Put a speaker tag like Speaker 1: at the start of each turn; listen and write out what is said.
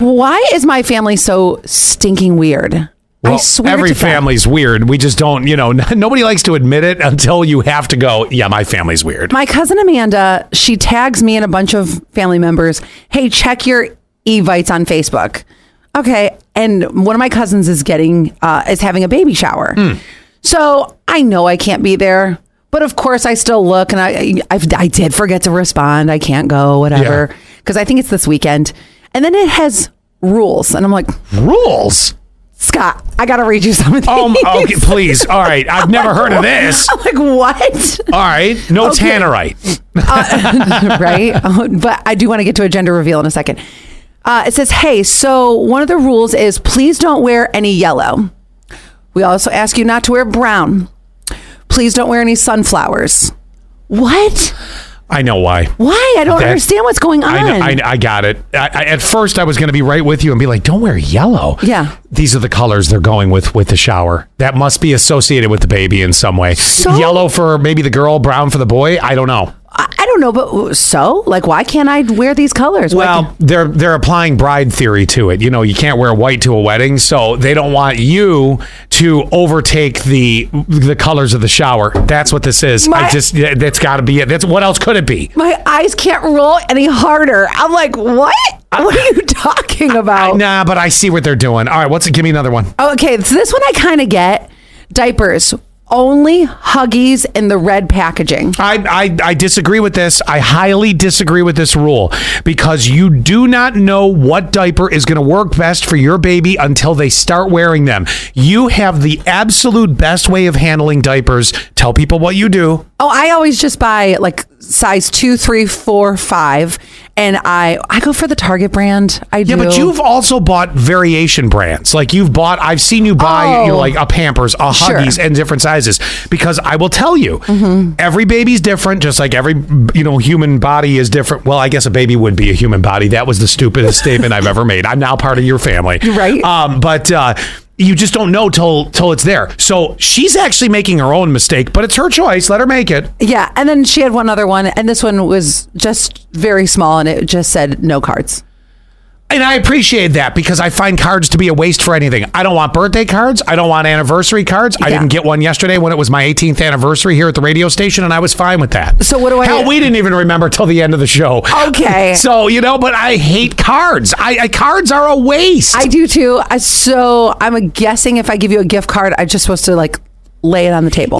Speaker 1: why is my family so stinking weird? I
Speaker 2: Well,
Speaker 1: swear
Speaker 2: every
Speaker 1: to God.
Speaker 2: family's weird. We just don't, you know, nobody likes to admit it until you have to go, yeah, my family's weird.
Speaker 1: My cousin Amanda, she tags me and a bunch of family members. Hey, check your Evites on Facebook. Okay, and one of my cousins is getting uh, is having a baby shower,
Speaker 2: Hmm.
Speaker 1: so I know I can't be there. But of course, I still look, and I I, I did forget to respond. I can't go, whatever,
Speaker 2: Yeah.
Speaker 1: because I think it's this weekend. And then it has rules, and I'm like,
Speaker 2: Rules.
Speaker 1: Scott, I gotta read you something.
Speaker 2: Oh, m- okay, please. Oh, All right.
Speaker 1: Oh
Speaker 2: I've never heard of this.
Speaker 1: I'm like, what?
Speaker 2: All right. No
Speaker 1: Okay.
Speaker 2: tannerite.
Speaker 1: Uh, right? Oh, but I do want to get to a gender reveal in a second. Uh, it says, hey, so one of the rules is please don't wear any yellow. We also ask you not to wear brown. Please don't wear any sunflowers. What?
Speaker 2: I know why.
Speaker 1: Why? I don't
Speaker 2: That-
Speaker 1: understand what's going on.
Speaker 2: I, kn- I, kn- I got it. I, I, at first, I was going to be right with you and be like, "Don't wear yellow."
Speaker 1: Yeah.
Speaker 2: these are the colors they're going with with the shower. That must be associated with the baby in some way.
Speaker 1: So-
Speaker 2: yellow for maybe the girl, brown for the boy. I don't know.
Speaker 1: I, I don't know, but so? Like, why can't I wear these colors? Why
Speaker 2: Well, they're they're applying bride theory to it. You know, you can't wear white to a wedding, so they don't want you to overtake the the colors of the shower. That's what this is. I
Speaker 1: My-
Speaker 2: just yeah, that's got to be it. That's what else could it be?
Speaker 1: my eyes can't roll any harder. I'm like, what? What are you talking about?
Speaker 2: Nah, but I see what they're doing. All right, what's it? Give me another one.
Speaker 1: Okay, so this one I kind of get. Diapers, only Huggies in the red packaging.
Speaker 2: I, I, I disagree with this. I highly disagree with this rule because you do not know what diaper is going to work best for your baby until they start wearing them. You have the absolute best way of handling diapers. Tell people what you do.
Speaker 1: Oh, I always just buy like size two, three, four, five, and I I go for the Target brand. I do.
Speaker 2: Yeah, but you've also bought variation brands. Like you've bought, I've seen you buy you know,
Speaker 1: Oh.
Speaker 2: like a Pampers, a
Speaker 1: Sure. Mm-hmm.
Speaker 2: Huggies, and different sizes. Because I will tell you, every baby's different. Just like every you know human body is different. Well, I guess a baby would be a human body. That was the stupidest statement I've ever made. I'm now part of your family,
Speaker 1: Right.
Speaker 2: Um, but. Uh, you just don't know till till it's there. So she's actually making her own mistake, but it's her choice. Let her make it.
Speaker 1: yeah, and then she had one other one, and this one was just very small, and it just said no cards.
Speaker 2: And I appreciate that because I find cards to be a waste for anything. I don't want birthday cards. I don't want anniversary cards. I
Speaker 1: Yeah.
Speaker 2: didn't get one yesterday when it was my 18th anniversary here at the radio station, and I was fine with that.
Speaker 1: So what do I-
Speaker 2: Hell, we didn't even remember till the end of the show.
Speaker 1: Okay.
Speaker 2: so you know, but I hate cards. I, I cards are a waste.
Speaker 1: I do too. I, so I'm guessing if I give you a gift card, I'm just supposed to like lay it on the table.